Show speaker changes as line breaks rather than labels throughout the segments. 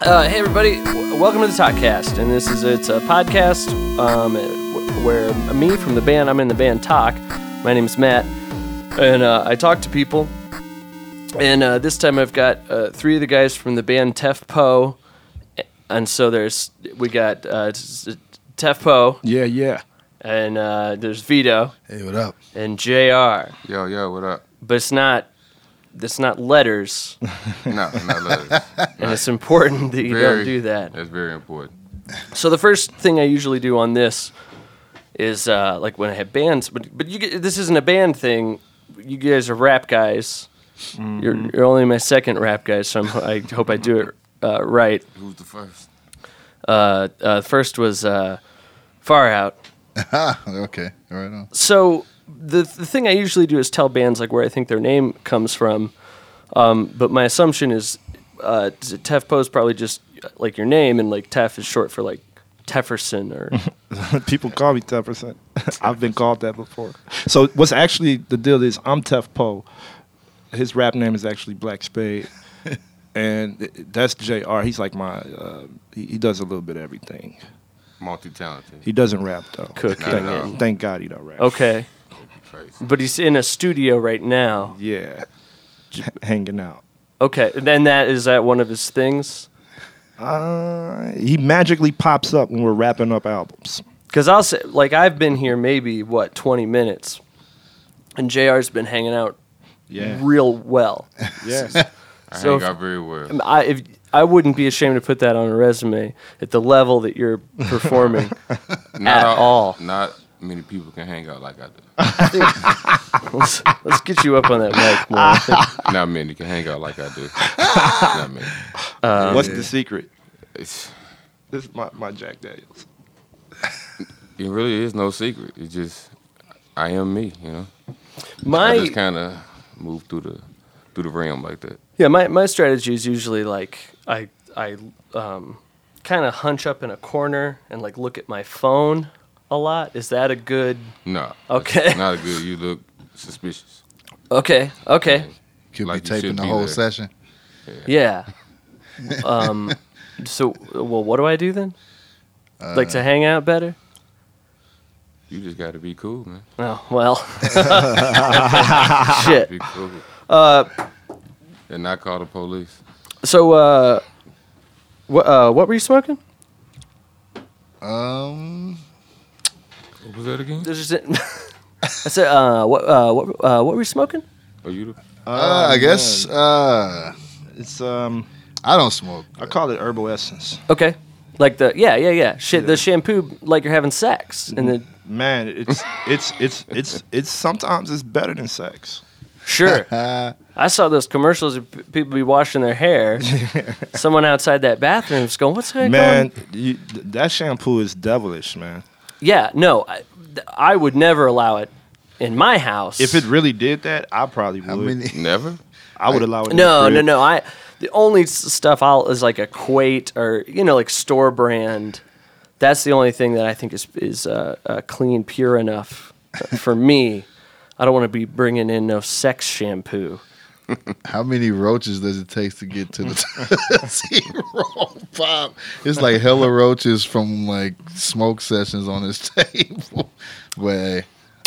Uh, hey everybody, W- welcome to the Talkcast, and this is it's a podcast um, wh- where me from the band, I'm in the band Talk. My name is Matt, and uh, I talk to people. And uh, this time I've got uh, three of the guys from the band Tef Poe, and so there's we got uh, s- s- Tef Poe,
Yeah, yeah.
and uh, there's Vito
Hey, what up?
and Jr.
Yo, yo, what up?
But it's not. It's not letters,
No, not letters.
and it's important that you
Very-
don't do that.
That's very important.
So the first thing I usually do on this is uh, like when I have bands, but but you get, this isn't a band thing. You guys are rap guys. You're, you're only my second rap guy, so I'm, I hope I do it uh, right.
Who's the first?
Uh, uh, first was uh, Far Out.
Okay, all right on.
So the the thing I usually do is tell bands like where I think their name comes from. Um, but my assumption is uh, t- Tef Poe's probably just uh, like your name, and like Tef is short for like Tefferson or
People call me Tef percent. I've been called that before. So what's actually the deal is I'm Tef Poe. His rap name is actually Black Spade, and th- that's Jr. He's like my. Uh, he, he does a little bit of everything.
Multi talented.
He doesn't rap though.
Cook
Thank,
it.
thank God he don't rap.
okay. But he's in a studio right now.
Yeah, J- hanging out.
Okay, then that is that one of his things.
Uh, he magically pops up when we're wrapping up albums.
Because I'll say, like, I've been here maybe what twenty minutes, and Jr's been hanging out real well.
yeah.
Uh,
I
So
hang
if-
out very well.
I if, I wouldn't be ashamed to put that on a resume at the level that you're performing.
Not
at all.
Not many people can hang out like I do.
let's, let's get you up on that mic more. I think.
not many can hang out like I do. not many.
What's the secret?
It's,
This is my, my Jack Daniels.
it really is no secret. It's just I am me, you know. I just
My
kind of move through the through the realm like that.
yeah, my my strategy is usually like I I um, kind of hunch up in a corner and like look at my phone a lot. Is that a good?
No.
Okay.
Not good. You look suspicious.
Okay, okay.
Could
Like
be
you should
taping the
be
whole
there.
session.
Yeah. um, so, well, what do I do then? like to hang out better?
You just got to be cool, man.
Oh well. Shit.
Be cool.
Uh,
and not call the police.
So, uh, what uh, what were you smoking?
Um,
What was that again?
There's just. I said, uh, what, uh, what, uh, what were you smoking?
Are you the
uh, I guess uh,
It's um.
I don't smoke.
I call it herbal essence.
Okay, like the yeah, yeah, yeah. Shit, the shampoo, like you're having sex, and then
Man, it's it's it's it's it's sometimes it's better than sex.
sure. I saw those commercials of p- people be washing their hair. Someone outside that bathroom is going, "What's that going
Man, you, th- that shampoo is devilish, man.
Yeah, no, I, th- I would never allow it in my house.
If it really did that, I probably would.
I
I,
mean,
never?
would allow it. in
no,
the
no,
crib.
no. I the only s- stuff I'll is like a Quate or you know like store brand. That's the only thing that I think is is uh, uh, clean, pure enough for me. I don't want to be bringing in no sex shampoo.
how many roaches does it take to get to the zero pop? It's like hella roaches from like smoke sessions on this table. But hey,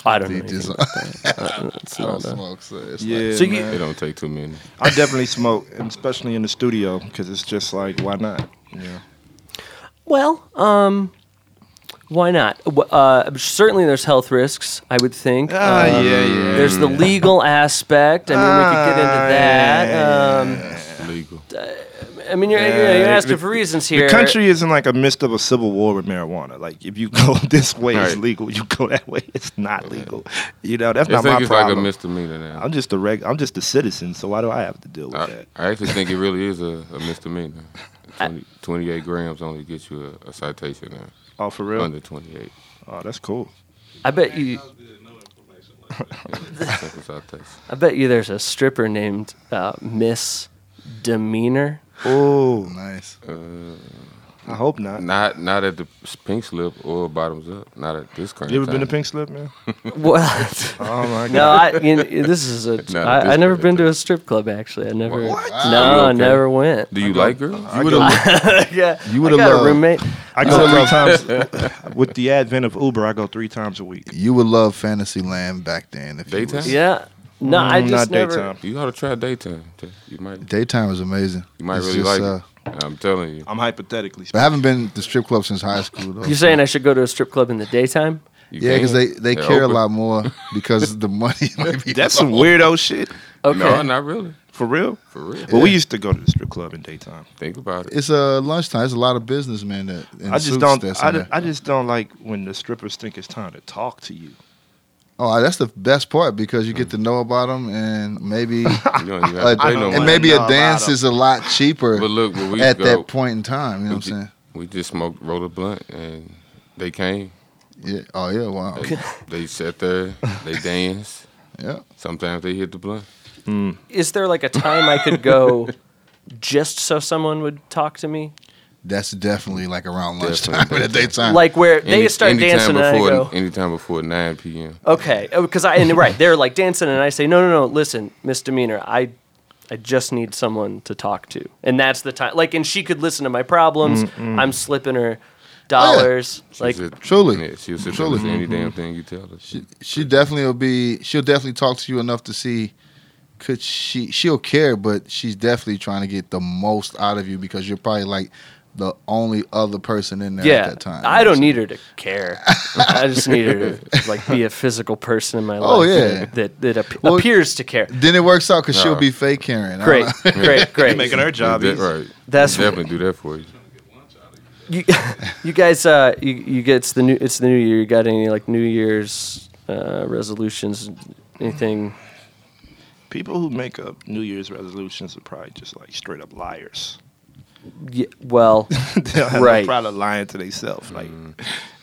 I don't know.
they
anything
just
about that. That's
I don't
not a-
smoke, so it's like-
Yeah,
So you-
man.
It don't take too many.
I definitely smoke, and especially in the studio, because it's just like, why not? Yeah.
Well, um, why not? W- Uh, certainly, there's health risks. I would think.
Ah,
Um,
yeah, yeah.
There's the legal aspect. I mean, we could get into
Ah,
that.
yeah,
Um,
Legal.
I mean, you're,
Yeah,
you're
the-
asking for reasons here.
The country is in like a midst of a civil war with marijuana. Like, if you go this way, it's
Right.
legal. You go that way, it's not legal. You know, that's
I
not
think
my
it's
problem.
like a misdemeanor now.
I'm just a reg. I'm just a citizen. So why do I have to deal with
I,
that?
I actually think it really is a, a misdemeanor. 20, 28 grams only gets you a, a citation now.
Oh, for real?
Under 28.
Oh, that's cool.
I bet you.
Simple citation.
I bet you. There's a stripper named uh, Miss Demeanor.
Oh,
nice.
I hope not.
Not not at the pink slip or bottoms up. Not at this current.
You ever
time.
been to Pink Slip, man?
What?
Oh my god.
no, I. You know, this is a.
No,
I, I
this-
never been to a strip club actually. I never.
What?
No,
Wow.
I never went.
Do you like girls?
You would have.
yeah,
You would've
I got a
loved-
roommate.
I go three times with the advent of Uber. I go three times a week.
You would love Fantasyland back then. If You
Daytime?
was-
Yeah. No, I
Mm,
just
not
never.
daytime.
You ought to try daytime. You might
Daytime was amazing.
you might
It's
really like
just, uh,
it. I'm telling you.
I'm hypothetically.
But I haven't been to strip club since high school though.
You're saying I should go to a strip club in the daytime?
You
yeah, because
can.
they, they
They're
care
open.
a lot more because the money might be.
That's some weirdo shit.
Okay.
No, not really.
For real?
For real.
But we used to go to the strip club in daytime.
Think about it.
It's a uh, lunchtime. It's a lot of businessmen that. in
I just
suits
don't.
that's in
I,
there.
ju- I just don't like when the strippers think it's time to talk to you.
oh, that's the best part because you get to know about them and maybe.
You Mm. don't even
Uh,
have to pay no
and
money.
maybe
No,
a
I
dance
don't.
is a lot cheaper
But look, when we
at
go,
that point in time. You know
we,
what
ju-
I'm saying?
we just smoked, rolled a blunt, and they came.
Yeah. Oh yeah. Wow.
They, they sat there, they danced.
Yeah.
Sometimes they hit the blunt.
Is there like a time I could go just so someone would talk to me?
That's definitely like around
Definitely
lunchtime
daytime.
at daytime.
Like where they
Any-
start
anytime
dancing and I
before,
go,
Anytime before 9 p.m.
okay, because I and right they're like dancing and I say, no, no, no, listen, misdemeanor, I, I just need someone to talk to, and that's the time. Like, and she could listen to my problems.
Mm,
I'm slipping her
Oh,
dollars.
She'll
Like,
sit-
Truly.
Yeah, she'll sit
Truly. Mm-hmm.
there and listen to any damn thing you tell her.
She, she definitely will be. She'll definitely talk to you enough to see. Could she? She'll care, but she's definitely trying to get the most out of you because you're probably like the only other person in there
yeah,
at that time.
I don't need her to care. I just need her to like be a physical person in my life.
Oh, yeah.
that that, that ap-
Well,
appears to care.
Then it works out because
No.
she'll be fake Karen. I
Uh, Great,
don't know.
great,
You're
great.
making her job
that,
easy.
right.
That's-
They definitely do that for you.
you, you guys, uh, you, you get it's the new it's the new year. You got any like New Year's uh, resolutions? Anything?
People who make up New Year's resolutions are probably just like straight up liars.
Yeah, well,
They're
Right.
probably lying to themselves. Like,
Mm.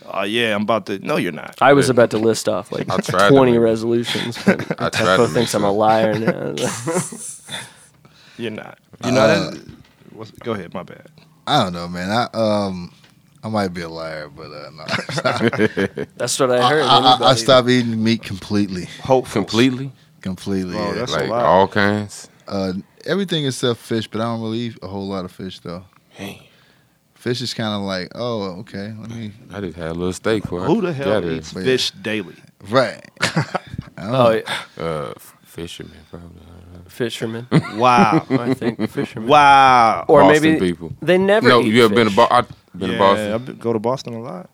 oh yeah, I'm about to. No, you're not.
I was about to list off like
I tried to
twenty
make-
resolutions, but
I tried to
Tefo
make
thinks I'm a
some.
liar now.
You're not. You know that. What's, go ahead. My bad.
I don't know, man. I um, I might be a liar, but uh, no.
That's what I heard.
I, I, I
Anybody-
stopped eating meat completely,
Hopeful.
Completely.
completely.
Oh,
yeah.
that's- a
like
lot.
all kinds.
uh, everything except fish, but I don't really eat a whole lot of fish though.
Hey,
Fish is kind of like, oh, okay, let me
I just had a little steak for
Who the hell
got here.
eats fish daily?
right.
Oh, yeah,
Uh, f- fishermen, probably.
fishermen.
Wow.
I think fishermen.
wow.
Or
Boston
maybe
people.
they never.
No,
eat
you ever been to
fish.
Bo- I- been to
yeah, I
Boston?
go to Boston a lot.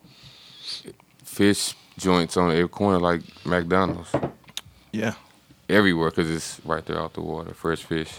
Fish joints on every corner, like McDonald's,
Yeah.
everywhere, because it's right there out the water, fresh fish.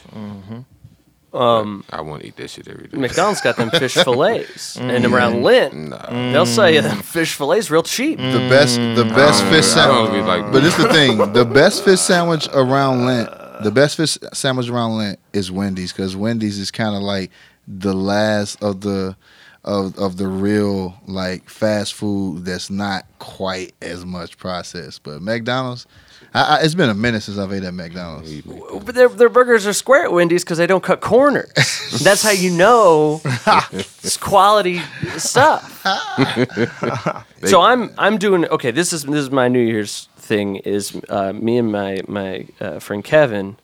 Um,
I won't eat that shit every day.
McDonald's got them fish fillets, and
Mm.
around Lent,
Nah.
Mm.
they'll sell you them fish fillets real cheap.
The best, the best
Mm, I don't-
fish
I don't
sandwich.
be like,
But it's the thing: the best fish sandwich around Lent, the best fish sandwich around Lent is Wendy's because Wendy's is kind of like the last of the of of the real like fast food that's not quite as much processed. But McDonald's, I, I, it's been a minute since I've ate at McDonald's.
But their, their burgers are square at Wendy's because they don't cut corners. That's how you know it's quality stuff. so I'm I'm doing okay. This is this is my New Year's thing. Is uh, me and my my uh, friend Kevin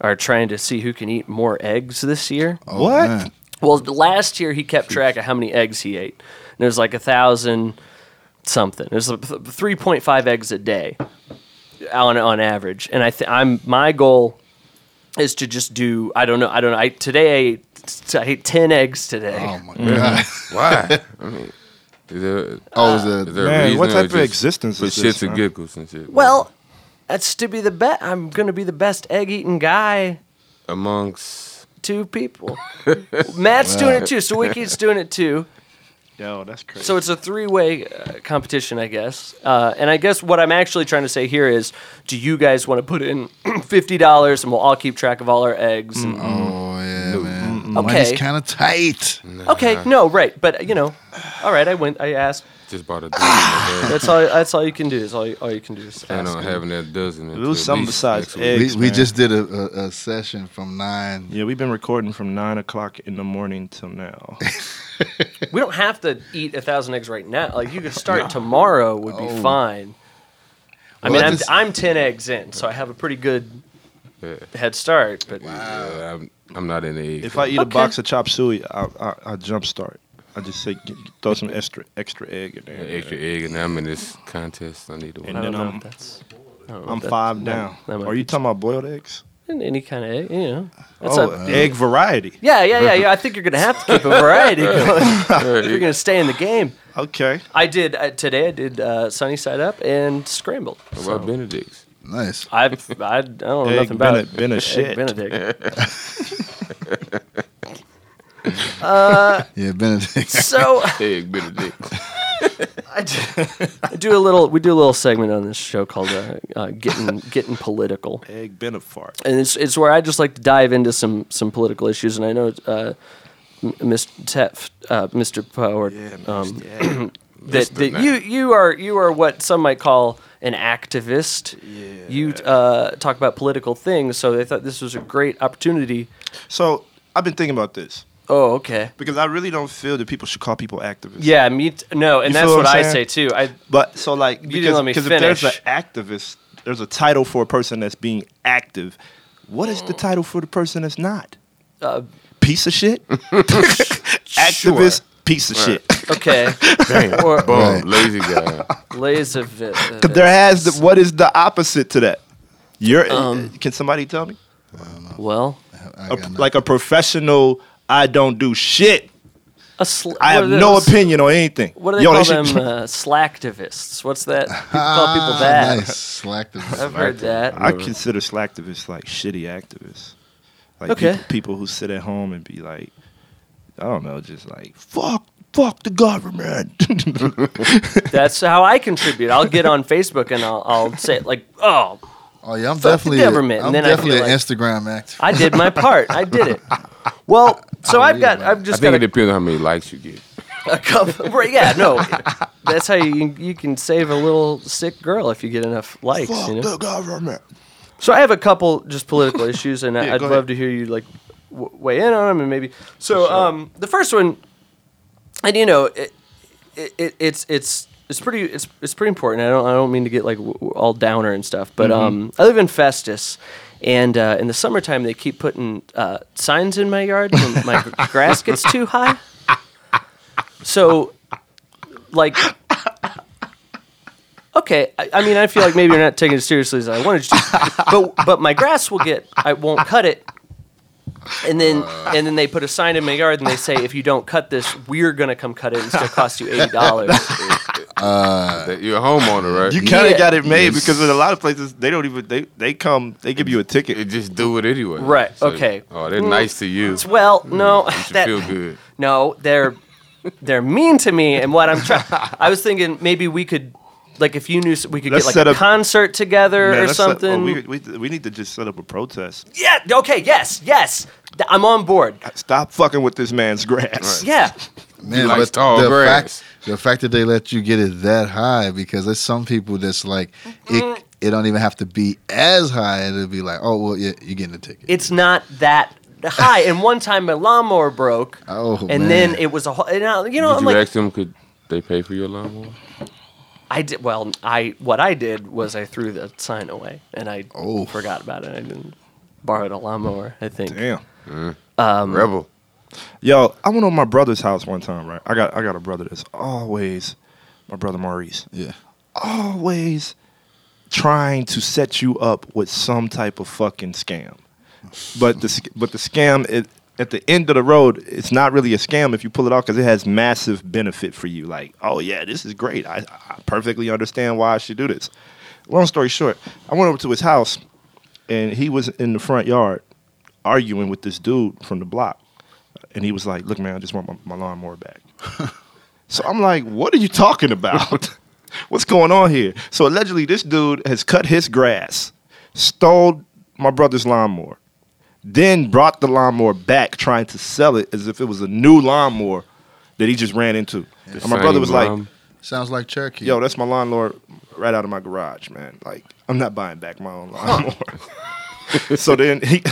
are trying to see who can eat more eggs this year.
Oh,
What?
man.
Well, the last year he kept track of how many eggs he ate, and it was like a thousand something. It was three point five eggs a day on on average. And I th- I'm my goal is to just do I don't know I don't know I today I ate, I ate ten eggs today.
Oh my god!
why? I mean, is there,
Oh, is it-
Mm-hmm. is there a
Man,
reason
what
or
type of
just
existence
for
is
shits
this,
and
man?
giggles and shit?
Well, that's to be the best. I'm gonna be the best egg eating guy
amongst
to people. Matt's doing it too. So Wiki's doing it too.
Yo, that's crazy.
So it's a three-way uh, competition, I guess. Uh, and I guess what I'm actually trying to say here is, do you guys
Mm,
want to put in fifty dollars, and we'll all keep track of all our eggs? And
Mm-hmm.
Oh yeah, man. money's
Okay.
kind of tight.
Okay, no, right, but you know, all right. I went. I asked.
Just bought a dozen of that.
That's all. That's all you can do. Is all. You, all you can do is
Plan
ask.
on having that dozen. until
Lose
at
something
least
besides
next week.
egg.
We,
Thanks,
we
man.
just did a, a, a session from nine.
Yeah, we've been recording from nine o'clock in the morning till now.
We don't have to eat a thousand eggs right now. Like you could start tomorrow would be
Oh.
fine. I
Well,
mean,
I
I'm,
just-
I'm ten eggs in, so I have a pretty good
Yeah.
head start. But
Yeah, I'm, I'm not in the egg.
If I eat a
Okay.
box of chop suey, I, I, I jump start. I just say g- throw some extra extra egg in
an
there,
extra egg, and I'm in this contest. I need to win.
I don't
And then
know.
I'm-
if that's. I don't know
I'm
if that-
five down.
that might
Are you
be-
talking about boiled eggs?
And any kind of egg, you know. That's
Oh,
up-
egg variety.
yeah, yeah, yeah, yeah. I think you're gonna have to keep a variety going if you're gonna stay in the game.
Okay.
I did uh, today. I did uh, sunny side up and scrambled.
What
So
about Benedict's?
Nice.
I've I, I don't know
Egg
nothing about
Bene-
it.
Bene
Egg
shit.
Benedict.
Yeah, Benedict.
so.
Egg Benedict.
I do, I do a little. We do a little segment on this show called uh, uh, "Getting Getting Political,"
Egg benefart.
and it's it's where I just like to dive into some some political issues. And I know uh, M- Mr. Tef, uh, Mr. Power, um,
yeah.
that,
Mr.
that you you are you are what some might call an activist. You uh, talk about political things, so they thought this was a great opportunity.
So I've been thinking about this
Oh, okay.
because I really don't feel that people should call people activists.
Yeah, me. T- no, and
You
that's
feel
what,
what I'm
I say
saying?
too. I
But so like
didn't
because
let me
because if there's an
finish.
activist, there's a title for a person that's being active. What is the title for the person that's not?
uh,
Piece of shit. activist. Piece of shit.
okay.
Damn.
Or-
Boom.
Right.
Lazy guy.
Lays of uh,
Cause there has the, what is the opposite to that? You're. eh,
Um,
can somebody tell me?
well.
I
A-
got
like a professional. I don't do shit.
A sl- what
I have
are
no
those-
opinion on anything.
What do they
Yo,
call
should-
them? Uh, slacktivists. What's that? People call
Ah,
people that.
Nice. Slack the
I've heard that.
I consider slacktivists like shitty activists. Like
Okay.
people, people who sit at home and be like, I don't know, just like fuck, fuck the government.
That's how I contribute. I'll get on Facebook and I'll, I'll say like, "Oh,
Oh yeah, I'm
the
definitely
government, and
A, I'm
then I
definitely
feel
an
like-
Instagram active.
I did my part. I did it." Well, so I've got. I've
I
just
think
got
it
a,
depends on how many likes you get.
a couple. Right, yeah, no. That's how you you can save a little sick girl if you get enough likes.
fuck
You know.
the government.
So I have a couple just political issues, and I
Yeah,
I'd
go
love
ahead.
to hear you like w- weigh in on them, and maybe. So um, the first one, and you know, it, it, it, it's it's it's pretty it's it's pretty important. I don't I don't mean to get like w- w- all downer and stuff, but
Mm-hmm.
um, I live in Festus. And uh, in the summertime, they keep putting uh, signs in my yard when my gr- grass gets too high. So, like, okay. I, I mean, I feel like maybe you're not taking it as seriously as I wanted you to, but but my grass will get. I won't cut it. And then and then they put a sign in my yard and they say, if you don't cut this, we're gonna come cut it. and It's gonna cost you eighty dollars.
That- You're a homeowner, right?
You kind of
Yeah.
got it made because in a lot of places they don't even they they come they give you a
You
ticket.
just do it anyway.
Right, okay.
Oh, they're nice to you. Hmm, You
Well, no,
should
that
feel good.
no, they're they're mean to me. And what I'm trying, I was thinking maybe we could. Like if you knew s- we could get
Let's
like
set
a
up-
concert together
Man,
or
that's a- oh,
something.
we, we, we need to just set up a protest.
Yeah. Okay. Yes. Yes. Th- I'm on board.
Stop fucking with this man's grass.
Yeah.
Man,
likes
but
tall
the
grass.
fact the fact that they let you get it that high because there's some people that's like it it don't even have to be as high. It'll be like, oh well, yeah, you're getting a ticket.
It's not that high. And one time my lawnmower broke.
Oh,
And
man.
then it was a whole. And I, you know,
Did
I'm
you
like,
ask them, could they pay for your lawnmower?
I did. Well, I what I did was I threw the sign away and I
Oh.
forgot about it. I didn't borrowed a lawnmower. I think.
Damn.
Um,
Rebel.
Yo, I went on my brother's house one time, right? I got I got a brother that's always my brother Maurice.
yeah.
always trying to set you up with some type of fucking scam. But the sc- but the scam it, at the end of the road, it's not really a scam if you pull it off because it has massive benefit for you. Like, oh yeah, this is great. I, I perfectly understand why I should do this. Long story short, I went over to his house, and he was in the front yard arguing with this dude from the block, and he was like, "Look, man, I just want my, my lawnmower back." So I'm like, what are you talking about? What's going on here? So allegedly, this dude has cut his grass, stole my brother's lawnmower, then brought the lawnmower back trying to sell it as if it was a new lawnmower that he just ran into.
The
And my brother
same um,
was like,
rhyme.
Sounds like Cherokee.
yo, that's my lawnmower right out of my garage, man. Like, I'm not buying back my own lawnmower. so then he,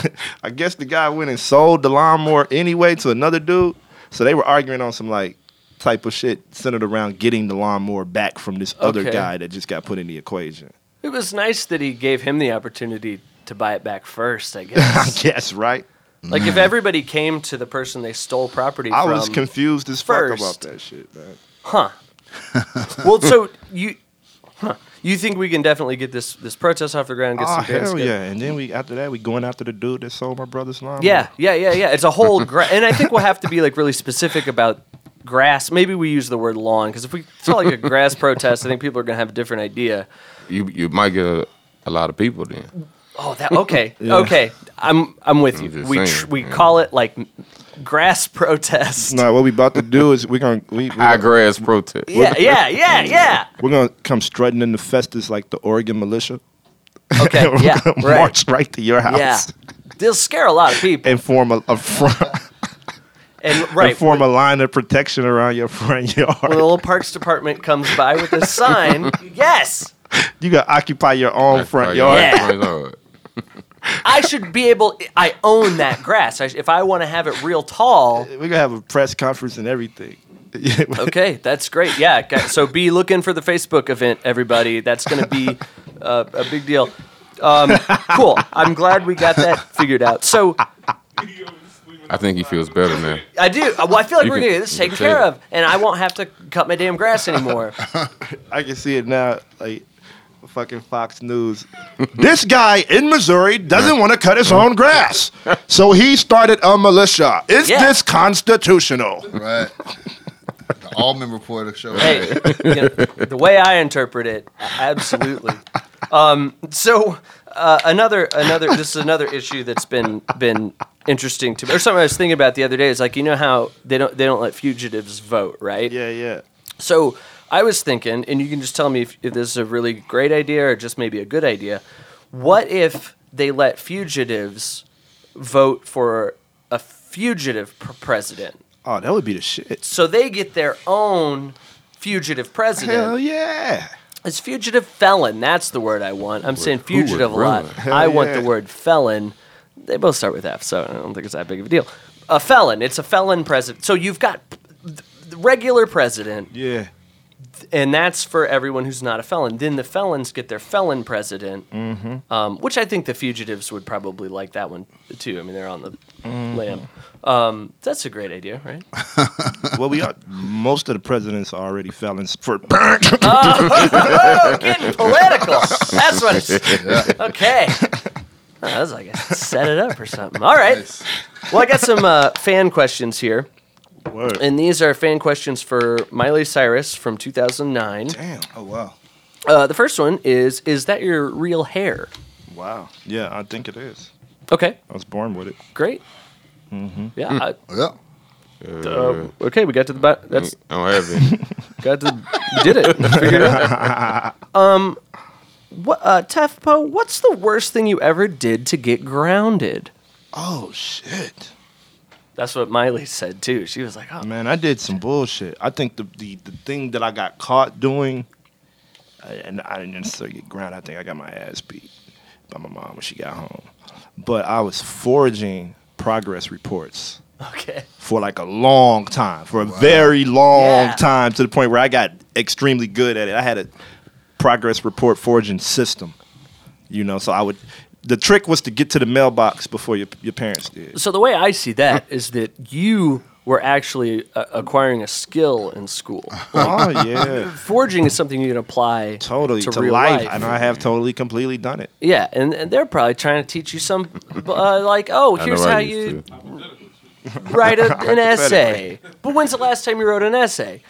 I guess the guy went and sold the lawnmower anyway to another dude. So they were arguing on some like type of shit centered around getting the lawnmower back from this other
Okay.
guy that just got put in the equation.
It was nice that he gave him the opportunity to buy it back first, I
I
guess.
guess, right?
like if everybody came to the person they stole property
I
from.
was confused as fuck about
first.
that shit, man.
Huh. well, so you huh. you think we can definitely get this this protest off the ground and get
Oh
some grants
hell
together?
yeah! And then we after that we going after the dude that sold my brother's lawnmower.
Yeah, yeah, yeah, yeah. It's a whole gra- and I think we'll have to be like really specific about grass. Maybe we use the word lawn because if we call it like a grass protest, I think people are gonna have a different idea.
You you might get a, a lot of people then.
Oh, that okay, okay. I'm I'm with you.
I'm just
we tr-
saying,
we
yeah.
call it like m- grass protest.
No, what we about to do is we're gonna we, we're,
High
gonna,
grass protest.
Yeah, yeah, yeah, yeah.
we're gonna come strutting into Festus like the Oregon militia.
Okay,
we're
yeah,
gonna
right.
march right to your house
Yeah, they'll scare a lot of people.
and form a, a front
And right,
and form a line of protection around your front yard.
when the little parks department comes by with a sign, yes,
you gotta occupy your own front
Like,
yard.
Yeah.
front yard.
I should be able. I own that grass. I, sh- if I want to have it real tall,
We're gonna have a press conference and everything.
okay, that's great. Yeah, gu- so be looking for the Facebook event, everybody. That's going to be uh, a big deal. Um, cool. I'm glad we got that figured out. So
I think he feels better now.
I do. uh, Well, I feel like
You
we're going
can-
to get this
you
taken
can
care
take
of, and I won't have to cut my damn grass anymore.
I can see it now, like fucking Fox News. this guy in Missouri doesn't want to cut his own grass, so he started a militia. Is
Yeah.
this constitutional?
Right. the Allman Reporter show.
hey, you know, the way I interpret it, a- absolutely. Um, so uh, another another this is another issue that's been been interesting to me, or something I was thinking about the other day. Is like you know how they don't they don't let fugitives vote, right?
Yeah, yeah.
So I was thinking, and you can just tell me if, if this is a really great idea or just maybe a good idea. What if they let fugitives vote for a fugitive pr- president?
Oh, that would be the shit.
So they get their own fugitive president.
Hell yeah.
It's fugitive felon. That's the word I want. I'm saying
who would
fugitive a
run
lot.
it?
Hell
I want
yeah.
the word felon. They both start with F, so I don't think it's that big of a deal. A felon. It's a felon president. So you've got th- the regular president,
Yeah.
and that's for everyone who's not a felon. Then the felons get their felon president, um, which I think the fugitives would probably like that one too. I mean, they're on the lamb. Um, that's a great idea, right?
Well, we are. Most of the presidents are already felons for.
oh, getting political. That's what it's. Okay. Oh, I was like, I set it up or something. All right.
Nice.
Well, I got some uh, fan questions here,
Word.
and these are fan questions for Miley Cyrus from 2009.
Damn. Oh wow.
Uh, the first one is: Is that your real hair?
Wow. Yeah, I think it is.
Okay,
I was born with it.
great. Yeah. I,
Yeah.
uh, okay, we got to the. Bo- that's
I don't have any.
Got to did it. Figured it out. Um, what uh, Tefpo? What's the worst thing you ever did to get grounded?
Oh shit.
That's what Miley said too. She was like, "Oh,
Man, I did some bullshit. I think the, the, the thing that I got caught doing, I- and I didn't necessarily get grounded. I think I got my ass beat by my mom when she got home. But I was foraging progress reports
okay,
for like a long time, for a very long
Yeah.
time, to the point where I got extremely good at it. I had a progress report forging system, you know. So I would. The trick was to get to the mailbox before your your parents did.
So the way I see that is that you were actually uh, acquiring a skill in school.
oh yeah.
Forging is something you can apply
Totally
to,
to,
real
life,
life.
and I have totally completely done it.
yeah, and, and they're probably trying to teach you some, uh, like, oh,
I
here's
know I
how
used
you
to.
write a, an essay. But when's the last time you wrote an essay?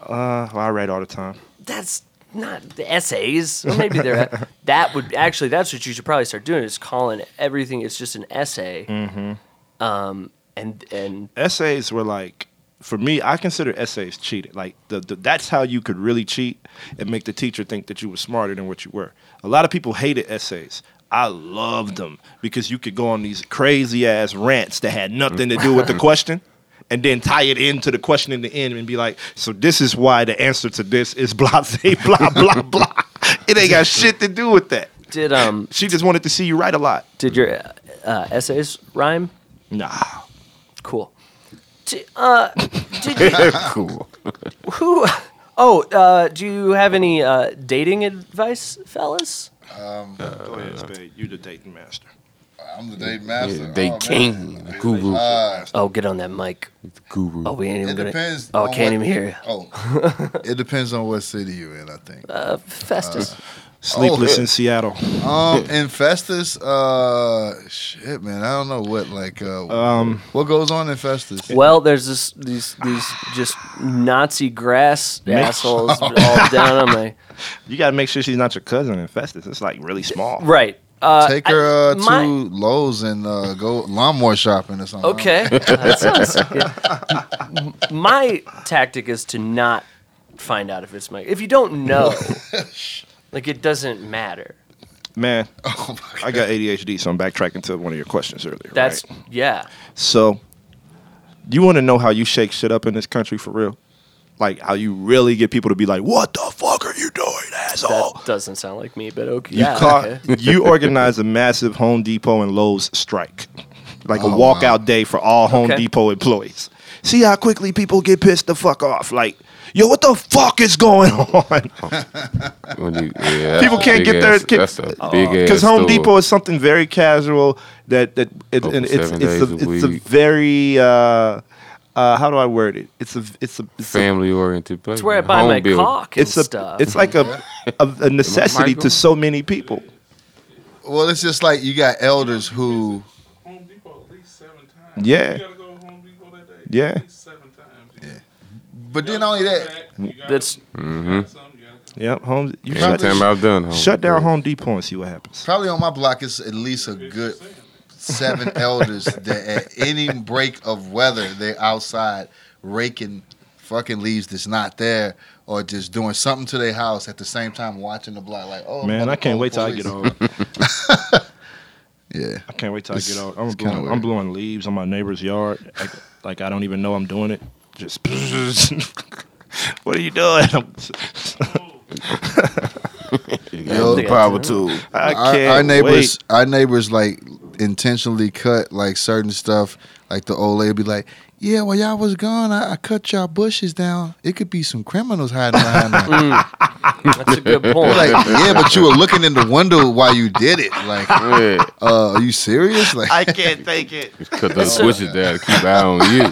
Uh, well, I write all the time.
That's not the essays. Well, maybe they're that would actually that's what you should probably start doing is calling everything. It's just an essay. Mm-hmm. Um, and and
Essays were like, for me, I consider essays cheated. Like the, the, that's how you could really cheat and make the teacher think that you were smarter than what you were. A lot of people hated essays. I loved them because you could go on these crazy ass rants that had nothing to do with the question and then tie it into the question in the end and be like, so this is why the answer to this is blah, say, blah, blah, blah. It ain't got shit to do with that.
Did um
She just wanted to see you write a lot.
did your uh, uh, essays rhyme?
Nah.
Cool. Did, uh, did you,
cool.
who? Oh, uh, do you have any uh, dating advice, fellas?
Go ahead, Spade. You the dating master.
I'm the date master.
Yeah, they
Oh, man.
king. The guru.
Uh,
Oh, get on that mic.
the guru.
Oh, we ain't even
It
gonna.
depends.
oh, I
on
can't even
what-
hear you.
Oh, it depends on what city you're in. I think.
Uh, Festus.
Sleepless
yeah.
in Seattle.
Um, in Festus, uh, shit, man, I don't know what like uh,
Um,
what goes on in Festus.
Well, there's this these these just Nazi grass assholes all down on my
You got to make sure she's not your cousin in Festus. It's like really small.
right. Uh,
Take her
I-
uh, to
my-
Lowe's and uh, go lawnmower shopping or something.
Okay, Uh, that sounds good. M- My tactic is to not find out if it's my. If you don't know, like it doesn't matter.
Man,
Oh my
I got ADHD, so I'm backtracking to one of your questions earlier.
That's
right?
yeah.
So, you want to know how you shake shit up in this country for real? Like how you really get people to be like, "What the fuck are you doing, asshole?"
That doesn't sound like me, but okay.
you
yeah,
caught,
okay.
you organized a massive Home Depot and Lowe's strike, like a
Oh, wow.
walkout day for all Home
Okay.
Depot employees. See how quickly people get pissed the fuck off. Like, yo, what the fuck is going on?
When you- yeah,
People can't
that's a big
get their
ass-
ki-
That's
Oh.
a big ass.
because Home
store.
Depot is something very casual that that it,
Open
and it's
seven
it's
days a
a, it's a
week.
very uh, uh, how do I word it? It's a it's a it's a,
family oriented place.
That's where I
man.
buy
Home
my
build.
cock and
it's a
stuff.
it's like a a, a necessity
Michael?
to so many people.
Well, it's just like you got elders who.
Home Depot at least seven times.
Yeah.
You gotta go to Home Depot that day.
Yeah.
At least seven times. You gotta-
But then only that,
you gotta
That's-
come back, you gotta something, you gotta come-
Yep, Home. You
Ain't no
shut,
time I've done. Home
shut down
Depot.
Home Depot and see what happens.
probably on my block, it's at least a good seven elders that at any break of weather they're outside raking fucking leaves that's not there or just doing something to their house at the same time watching the block like oh
Man, I
motherfucker,
can't wait till I get
police.
old.
yeah
I can't wait till
It's-
I get old. I'm
it's kinda
blowing, I'm
weird.
blowing leaves on my neighbor's yard. I, like I don't even know I'm doing it. Just what are you doing?
You
Yo,
got the
yeah.
power tool.
I
our,
can't
our
wait.
neighbors our neighbors like intentionally cut like certain stuff like the old lady be like yeah well y'all was gone i, I cut y'all bushes down it could be some criminals hiding behind them
that's a good point.
like yeah but you were looking in the window while you did it like uh
Yeah.
are you serious like
I can't take it.
Cut those bushes down to keep an eye on you.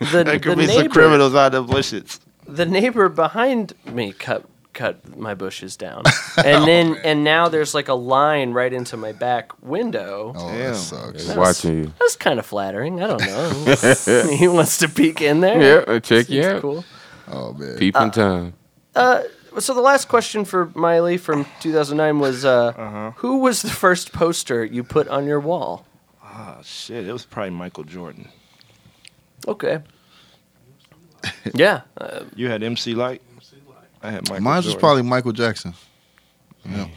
the,
There
the
could be some
neighbor,
criminals out of the bushes.
the neighbor behind me cut cut my bushes down, and
Oh,
then and now there's like a line right into my back window.
oh
Damn.
that sucks
It's watching you.
That's kind of flattering. I don't know. he wants to peek in there.
Yeah, uh, check you
It's
out.
Cool.
oh man
Peeping time.
So the last question for Miley from 2009 was, uh,
Uh-huh.
who was the first poster you put on your wall?
Oh shit! It was probably Michael Jordan.
Okay. yeah. Uh,
You had MC Light. I had Michael.
Mine was
Jordan.
probably Michael Jackson. Yeah.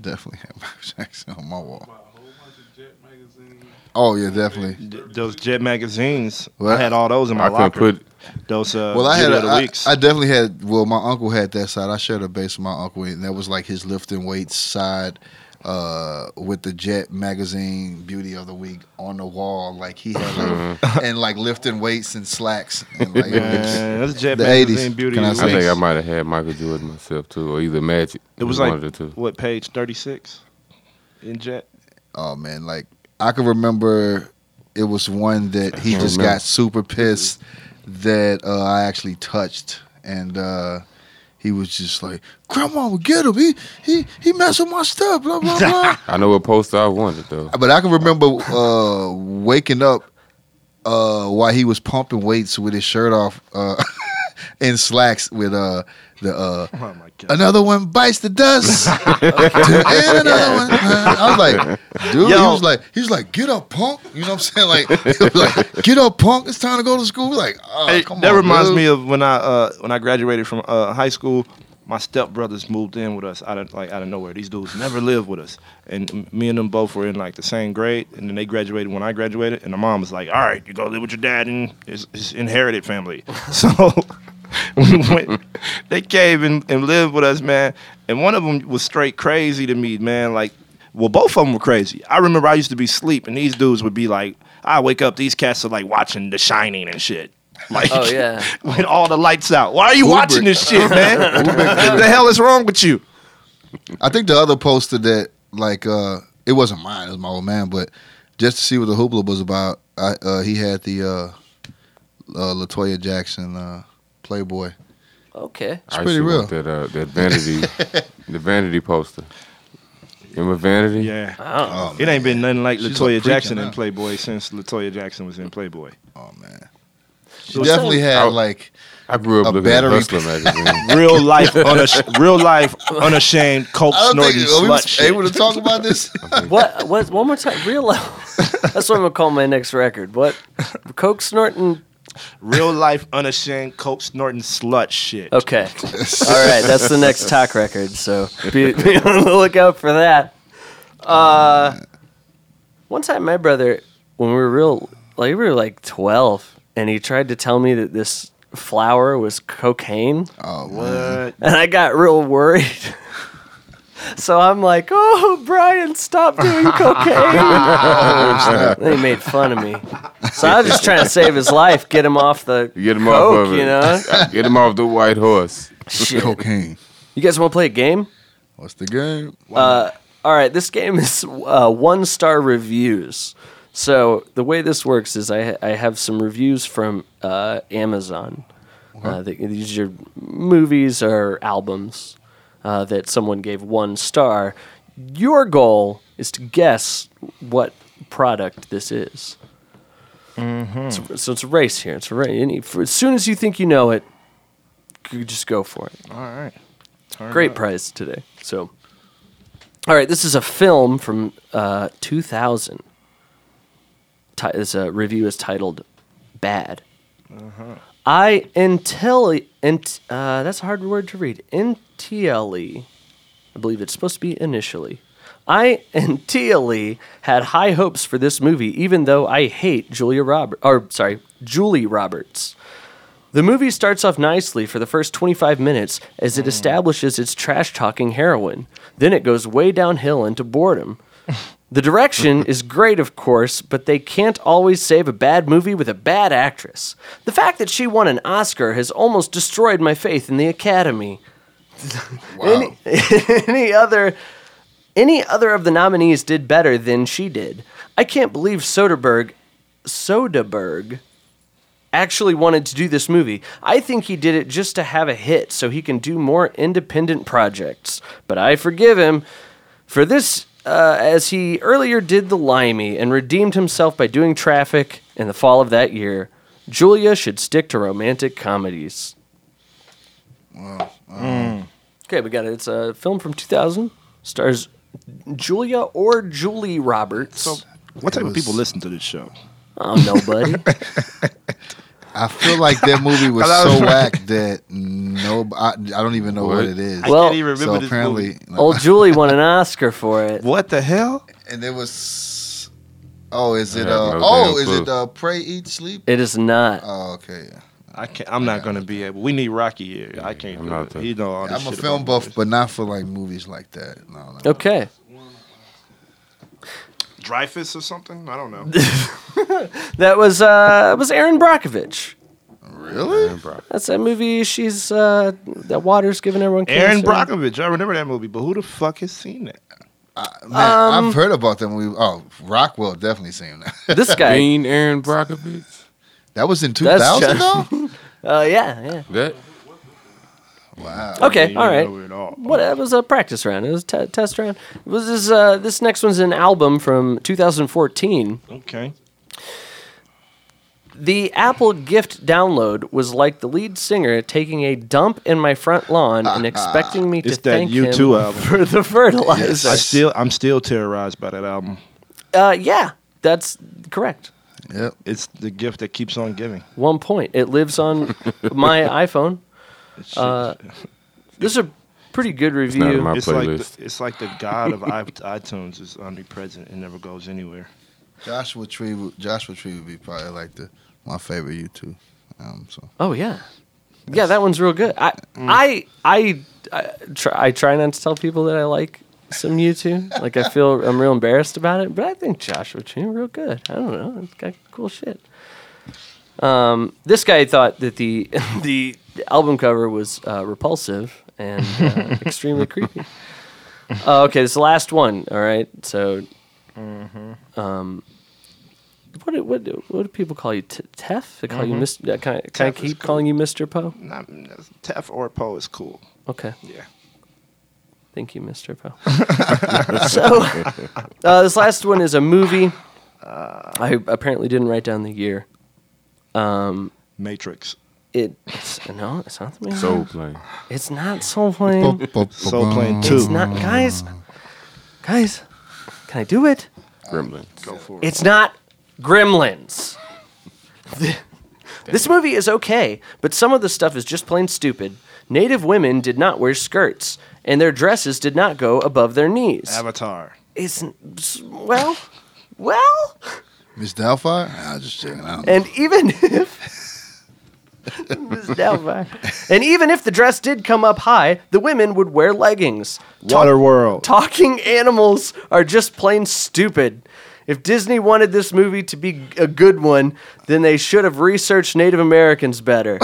Definitely had Michael Jackson on my wall.
buy a whole bunch of Jet magazines.
Oh yeah, definitely.
D- those Jet magazines.
Well,
I had all those in my
I couldn't
locker.
put.
those uh,
Well, I had
Beauty
a,
of the
I,
weeks.
I definitely had. Well, my uncle had that side. I shared a base with my uncle, and that was like his lifting weights side uh, with the Jet magazine Beauty of the Week on the wall. Like he had, like, and like lifting weights and slacks. And, like, it
Man, that's Jet
The
magazine
80s,
Beauty.
can
of
I
the
I think
Weeks.
I might have had Michael Jordan myself too, or either Magic.
It was
one of the
like
two.
what page thirty six in Jet.
oh man, like I can remember it was one that he just
remember.
got super pissed that uh, I actually touched, and uh, he was just like, "Grandma, get him! He he he messed with my stuff!" Blah blah blah.
I know what poster I wanted though.
But I can remember uh, waking up uh, while he was pumping weights with his shirt off uh, in slacks with uh, the uh,
Oh my god!
another one bites the dust and another one. I was like, dude, he
Yo.
was like, he was like, get up, punk. You know what I'm saying? Like, he was like, get up, punk. It's time to go to school. Like, oh,
Hey,
come
that
on,
reminds
dude.
me of when I uh, when I graduated from uh, high school. my stepbrothers moved in with us out of like out of nowhere. These dudes never lived with us, and m- me and them both were in like the same grade, and then they graduated when I graduated, and the mom was like, "All right, you go live with your dad and his, his inherited family." so we went, they came and, and lived with us, man. And one of them was straight crazy to me, man. Like, well, both of them were crazy. I remember I used to be asleep, and these dudes would be like, "I wake up, these cats are like watching The Shining and shit." Like,
Oh, yeah.
with all the lights out. Why are you watching this shit, man? what the hell is wrong with you?
I think the other posted that like uh it wasn't mine, it was my old man, but just to see what the hoopla was about, I uh he had the uh uh Latoya Jackson uh Playboy.
Okay.
It's
pretty real.
That, uh, that vanity, the vanity poster. Remember vanity?
Yeah.
Wow.
Oh,
It ain't been nothing like
She's a
Latoya
preacher
Jackson
now.
in Playboy since Latoya Jackson was in Playboy.
Oh man. She
So-
definitely had
Oh.
like
I grew up
A
looking
battery-
at Hustler magazine.
Real life, unash- real life, unashamed, coke
I don't think
snorting
we
slut
was
shit.
able to talk about this.
What? What? One more time. Real life. That's what I'm gonna call my next record. What? Coke snorting.
Real life, unashamed, coke snorting slut shit.
Okay. All right. That's the next talk record. So be, be on the lookout for that. Uh, one time, my brother, when we were real, like we were like 12, and he tried to tell me that this flower was cocaine.
oh man.
What?
And I got real worried. So I'm like, oh, Brian, stop doing cocaine. they made fun of me. So I was just trying to save his life, get him off the
Get him
coke,
off of it.
you know?
Get him off the white horse.
Shit.
Cocaine.
You guys want to play a game?
What's the game?
Uh, all right, this game is uh, one star reviews. So the way this works is I, ha- I have some reviews from uh, Amazon. Uh, th- these are movies or albums uh, that someone gave one star. Your goal is to guess what product this is.
Mm-hmm.
So, so it's a race here. It's a race. Any, for, as soon as you think you know it, you just go for it.
All right. Turn
Great
up.
prize today. So, all right, this is a film from uh, 2000. Ti- This uh, review is titled "Bad." I intelli int, uh, that's a hard word to read. Intially, I believe it's supposed to be initially. I intially had high hopes for this movie, even though I hate Julia Robert or sorry, Julie Roberts. The movie starts off nicely for the first 25 minutes as it establishes its trash talking heroine. Then it goes way downhill into boredom. The direction is great, of course, but they can't always save a bad movie with a bad actress. The fact that she won an Oscar has almost destroyed my faith in the Academy.
Wow.
any other any other of the nominees did better than she did. I can't believe Soderbergh Soderbergh actually wanted to do this movie. I think he did it just to have a hit so he can do more independent projects. But I forgive him for this uh, as he earlier did The Limey and redeemed himself by doing Traffic in the fall of that year. Julia should stick to romantic comedies. Okay, we got it. It's a film from 2000. Stars Julia or Julie Roberts.
What type
It
of people
was-
listen to this show?
oh, nobody.
I feel like that movie was
I
so
was-
whack that no, I, I don't even know what,
What?
it is.
Well-
I can't even
so
remember this
apparently,
movie.
like-
Old Julie won an Oscar for it.
What the hell?
and it was, oh, is it?
I have
Uh,
no
oh,
damn
is
clue.
it? Uh, Pray, eat, sleep.
It is not.
Oh, okay. yeah.
I can't. I'm not gonna be able. We need Rocky here. I can't.
I'm
do
not
it.
the-
He know all this
I'm a
shit
film
about
buff,
movies.
but not for like movies like that. No, no.
Okay.
Dreyfus or something. I don't know.
That was uh was Aaron Brockovich.
Really?
That's that movie she's uh that water's giving everyone
Aaron
cancer.
Brockovich. I remember that movie, but who the fuck has seen that?
Man,
Um,
I've heard about that movie. Oh, Rockwell definitely seen that.
This guy.
Bean Aaron Brockovich.
That was in
That's
2000
just-
though.
Uh yeah, yeah.
That
Wow.
Okay,
You
all right.
know it all.
What it was a practice round. It was a te- test round. It was this uh this next one's an album from 2014.
Oh, Okay.
The Apple gift download was like the lead singer taking a dump in my front lawn and expecting me to
It's that uh,
thank him
U2 album.
for the fertilizer.
I still, I'm still terrorized by that album.
Uh, yeah, that's correct.
Yep.
It's the gift that keeps on giving.
One point. It lives on my iPhone. Uh, this is a pretty good
not in
review.
my-
it's like
playlist.
the, it's like the god of i- iTunes is omnipresent and never goes anywhere.
Joshua Tree, would- Joshua Tree would be probably like the my favorite YouTube. Um, so
oh yeah, yeah, that one's real good. I
Mm.
I I I try, I try not to tell people that I like some YouTube. like I feel I'm real embarrassed about it, but I think Joshua Chin real good. I don't know, it's got cool shit. Um, this guy thought that the the album cover was uh, repulsive and uh, extremely creepy. Uh, okay, this is the last one. All right, so
Mm-hmm.
um, What do, what do, what do people call you? T- Tef? They call you Mister. uh, Can I, can I
Mm-hmm. Tef is
keep calling you Mister Poe?
Not Tef or Poe is cool.
Okay,
Yeah.
thank you, Mister Poe. so uh, this last one is a movie. uh, I apparently didn't write down the year.
Matrix.
It's no, it's not the movie.
Soul plane.
it's not Soul Plane.
Soul Plane
um, It's
two.
not, guys. Guys, can I do it?
Gremlin.
Go for it.
It's not Gremlins. this movie is okay, but some of the stuff is just plain stupid. Native women did not wear skirts, and their dresses did not go above their knees.
Avatar.
It's well, well,
Miss Doubtfire, I just checking out.
and even if Miss Doubtfire. and even if the dress did come up high, the women would wear leggings.
Water World.
Talking animals are just plain stupid. If Disney wanted this movie to be a good one, then they should have researched Native Americans better.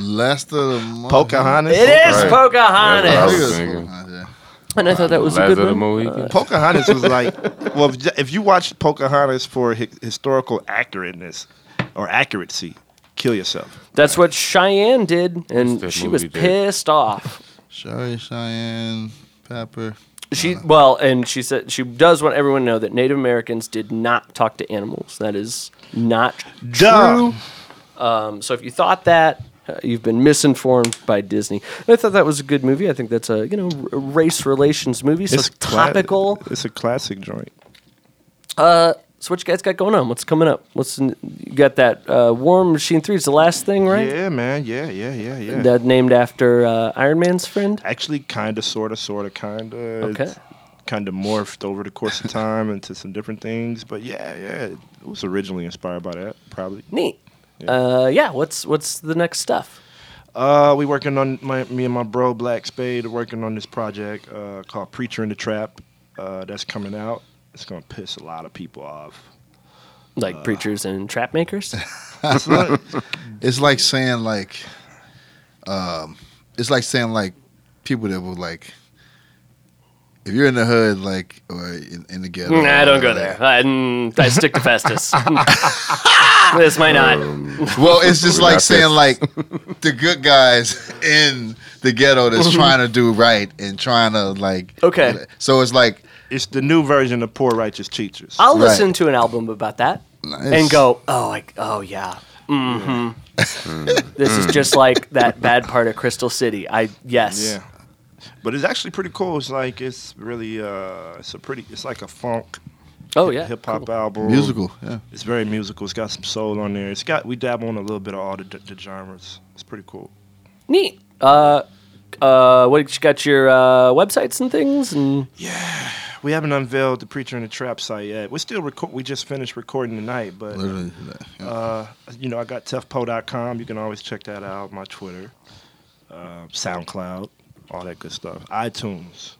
Lester the Mo-
Pocahontas.
It is
Right.
Pocahontas.
That's
Nigga,
Nigga.
Pocahontas,
And I thought that was a
Lazar
good
the
one.
Mohican.
Pocahontas was like, well, if, if you watch Pocahontas for hi- historical accurateness or accuracy, kill yourself.
That's what Cheyenne did, and
This
she was
movie did.
pissed off.
Sherry Cheyenne Pepper.
She well, and she said she does want everyone to know that Native Americans did not talk to animals. That is not
Duh.
Um, so if you thought that, uh, you've been misinformed by Disney. And I thought that was a good movie. I think that's a you know r- race relations movie, so it's,
cla-
topical.
it's a classic joint.
so what you guys got going on? What's coming up? What's in, you got that uh, War Machine Three is the last thing, right?
Yeah, man. Yeah, yeah, yeah, yeah.
That named after uh, Iron Man's friend.
Actually, kind of, sort of, sort of, kind of.
Okay.
Kind of morphed over the course of time into some different things. But yeah, yeah. It was originally inspired by that, probably.
Neat. Uh, yeah. What's what's the next stuff?
Uh, we working on my, me and my bro Black Spade are working on this project uh, called Preacher in the Trap. Uh, that's coming out. It's gonna piss a lot of people off.
Like preachers and trap makers.
It's like-
It's like saying like, um, it's like saying like people that were like, if you're in the hood like or in, in the ghetto.
nah, don't go
like-
there. I, mm, I stick to Festus. this might not.
Um,
Well, it's just
We're
like
not
saying like the good guys in the ghetto that's trying to do right and trying to like.
Okay.
So it's like
it's the new version of Poor Righteous Teachers.
I'll
Right.
listen to an album about that and
it's-
go, oh, like, oh yeah, hmm
Mm.
this is just like that bad part of Crystal City. I yes,
Yeah, but it's actually pretty cool. It's like it's really uh, it's a pretty it's like a funk
oh yeah,
hip hop album
musical. Yeah.
It's very musical. It's got some soul on there. It's got we dabble on a little bit of all the, the genres. It's pretty cool.
neat. Uh, uh, what you got your uh, websites and things and
We haven't unveiled the Preacher in the Trap site yet. We're still record. We just finished recording tonight, but
Literally. yeah.
Uh, you know, I got toughpo.com. You can always check that out. My Twitter, uh, SoundCloud, all that good stuff. iTunes,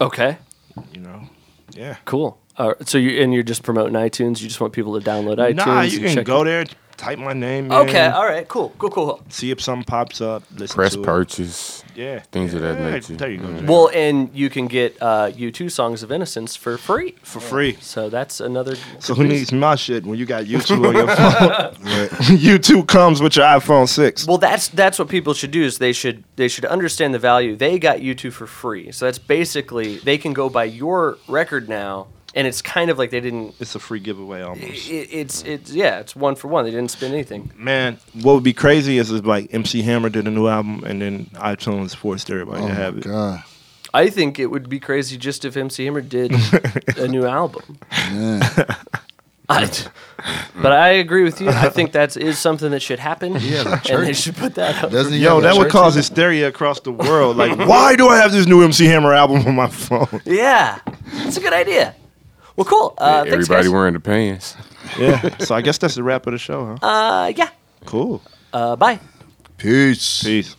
okay,
you know. Yeah.
cool. Uh, so you and you're just promoting iTunes. You just want people to download iTunes.
nah, you
and
can
check
go
it-
there, type my name
Okay, uh
in,
all right, cool, cool, cool.
see if something pops up. Listen
Press
to it.
purchase.
Yeah.
Things of that
Yeah,
nature. Mm-hmm.
There you go. Jay.
Well, and you can get uh, U2 Songs of Innocence for free.
for free.
So that's another.
So who needs my shit when you got YouTube on your phone? YouTube comes with your iPhone six.
Well, that's that's what people should do is they should they should understand the value. They got U2 for free, so that's basically they can go buy your record now, and it's kind of like they didn't.
It's a free giveaway almost.
It, it's it's yeah, it's one for one. They didn't spend anything.
Man, what would be crazy is, is like MC Hammer did a new album and then iTunes forced everybody
Oh
to
my
have it.
god.
I think it would be crazy just if MC Hammer did a new album.
Yeah.
I, but I agree with you. I think that is something that should happen.
Yeah, the
and they
church-
should put that up.
Doesn't he
Yo,
have a
that would
church
cause
in
hysteria across the world. Like, why do I have this new MC Hammer album on my phone?
Yeah, that's a good idea. Well, cool. Uh, thanks,
Everybody
guys.
wearing the pants.
Yeah. So I guess that's the wrap of the show, huh?
Uh, yeah.
Cool.
Uh, bye.
it? Peace.
Peace.